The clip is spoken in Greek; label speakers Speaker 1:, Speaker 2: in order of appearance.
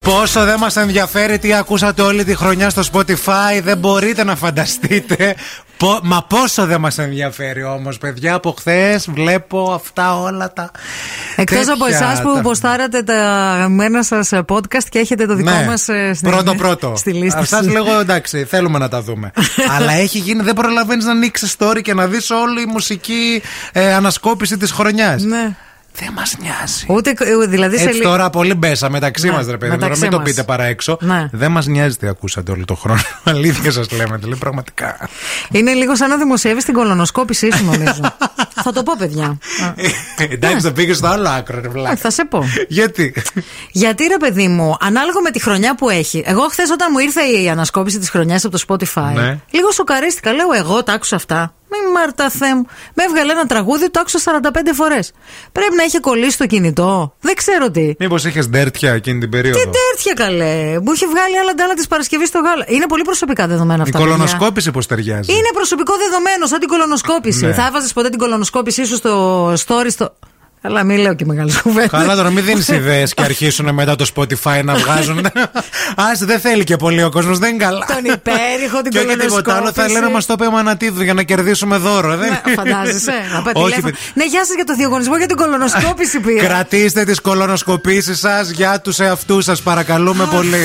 Speaker 1: Πόσο δεν μας ενδιαφέρει τι ακούσατε όλη τη χρονιά στο Spotify, δεν μπορείτε να φανταστείτε. Πο- Μα πόσο δεν μας ενδιαφέρει όμως, παιδιά, από χθες βλέπω αυτά όλα τα.
Speaker 2: Εκτός από
Speaker 1: τέτοια,
Speaker 2: εσάς που
Speaker 1: τα-
Speaker 2: ποστάρατε τα αγαπημένα σα podcast και έχετε το δικό
Speaker 1: ναι.
Speaker 2: μας στην
Speaker 1: Πρώτο πρώτο.
Speaker 2: Στη λίστα.
Speaker 1: Αυτά
Speaker 2: σας.
Speaker 1: σου λέγω εντάξει, θέλουμε να τα δούμε. Αλλά έχει γίνει, δεν προλαβαίνεις να ανοίξεις story και να δεις όλη η μουσική ε, ανασκόπηση της χρονιάς.
Speaker 2: Ναι.
Speaker 1: Δεν μας νοιάζει.
Speaker 2: Ούτε, ε, δηλαδή σε
Speaker 1: Έτσι
Speaker 2: λίγο.
Speaker 1: τώρα πολύ μπέσα μεταξύ
Speaker 2: Ναι,
Speaker 1: μας, ρε παιδί. μου, Δηλαδή,
Speaker 2: μεταξύ
Speaker 1: Μην το
Speaker 2: μας.
Speaker 1: πείτε παρά έξω.
Speaker 2: Ναι.
Speaker 1: Δεν μας νοιάζει τι ακούσατε όλο τον χρόνο. Αλήθεια σας λέμε, δηλαδή πραγματικά.
Speaker 2: Είναι λίγο σαν να δημοσιεύεις την κολονοσκόπησή σου, νομίζω. θα το πω, παιδιά. Α,
Speaker 1: Ε, Εντάξει, το πήγες στο άλλο άκρο, ρε βλάκα.
Speaker 2: ε, θα σε πω.
Speaker 1: Γιατί.
Speaker 2: Γιατί ρε παιδί μου, ανάλογα με τη χρονιά που έχει. Εγώ χθες όταν μου ήρθε η ανασκόπηση της χρονιάς από το Spotify,
Speaker 1: Ναι.
Speaker 2: λίγο σοκαρίστηκα. Λέω, εγώ τα άκουσα αυτά. Μη μάρτα θέ μου. Με έβγαλε ένα τραγούδι, το άκουσα 45 φορές. Πρέπει να είχε κολλήσει το κινητό. Δεν ξέρω τι.
Speaker 1: Μήπως είχες ντέρτια εκείνη την
Speaker 2: Τι
Speaker 1: περίοδο.
Speaker 2: τέτοια καλέ. Μου είχε βγάλει άλλα ντάλα της Παρασκευής στο γάλα. Είναι πολύ προσωπικά δεδομένα
Speaker 1: Η
Speaker 2: αυτά. παιδιά.
Speaker 1: κολονοσκόπηση πώς ταιριάζει.
Speaker 2: Είναι προσωπικό δεδομένο, σαν την κολονοσκόπηση.
Speaker 1: Ναι.
Speaker 2: Θα έβαζες ποτέ την κολονοσκόπησή σου στο story. Στο... Αλλά μην λέω και μεγάλες κουβέντες.
Speaker 1: Καλά τώρα, μην δίνεις ιδέες και αρχίσουν μετά το Spotify να βγάζουν. Ας, δεν θέλει και πολύ ο κόσμος, δεν είναι καλά.
Speaker 2: Τον υπέρηχο, την
Speaker 1: Και όχι τίποτα άλλο, θα
Speaker 2: κολονοσκόπηση.
Speaker 1: λένε μας το είπε ο Μανατίδου για να κερδίσουμε δώρο. Δεν...
Speaker 2: Ναι, φαντάζεσαι. να πάει
Speaker 1: Όχι,
Speaker 2: τηλέφωνο.
Speaker 1: παιδιά.
Speaker 2: Ναι, γεια σας για το διαγωνισμό για την κολονοσκόπηση πήρα.
Speaker 1: Κρατήστε τις κολονοσκοπήσεις σας για τους εαυτούς σας παρακαλούμε πολύ.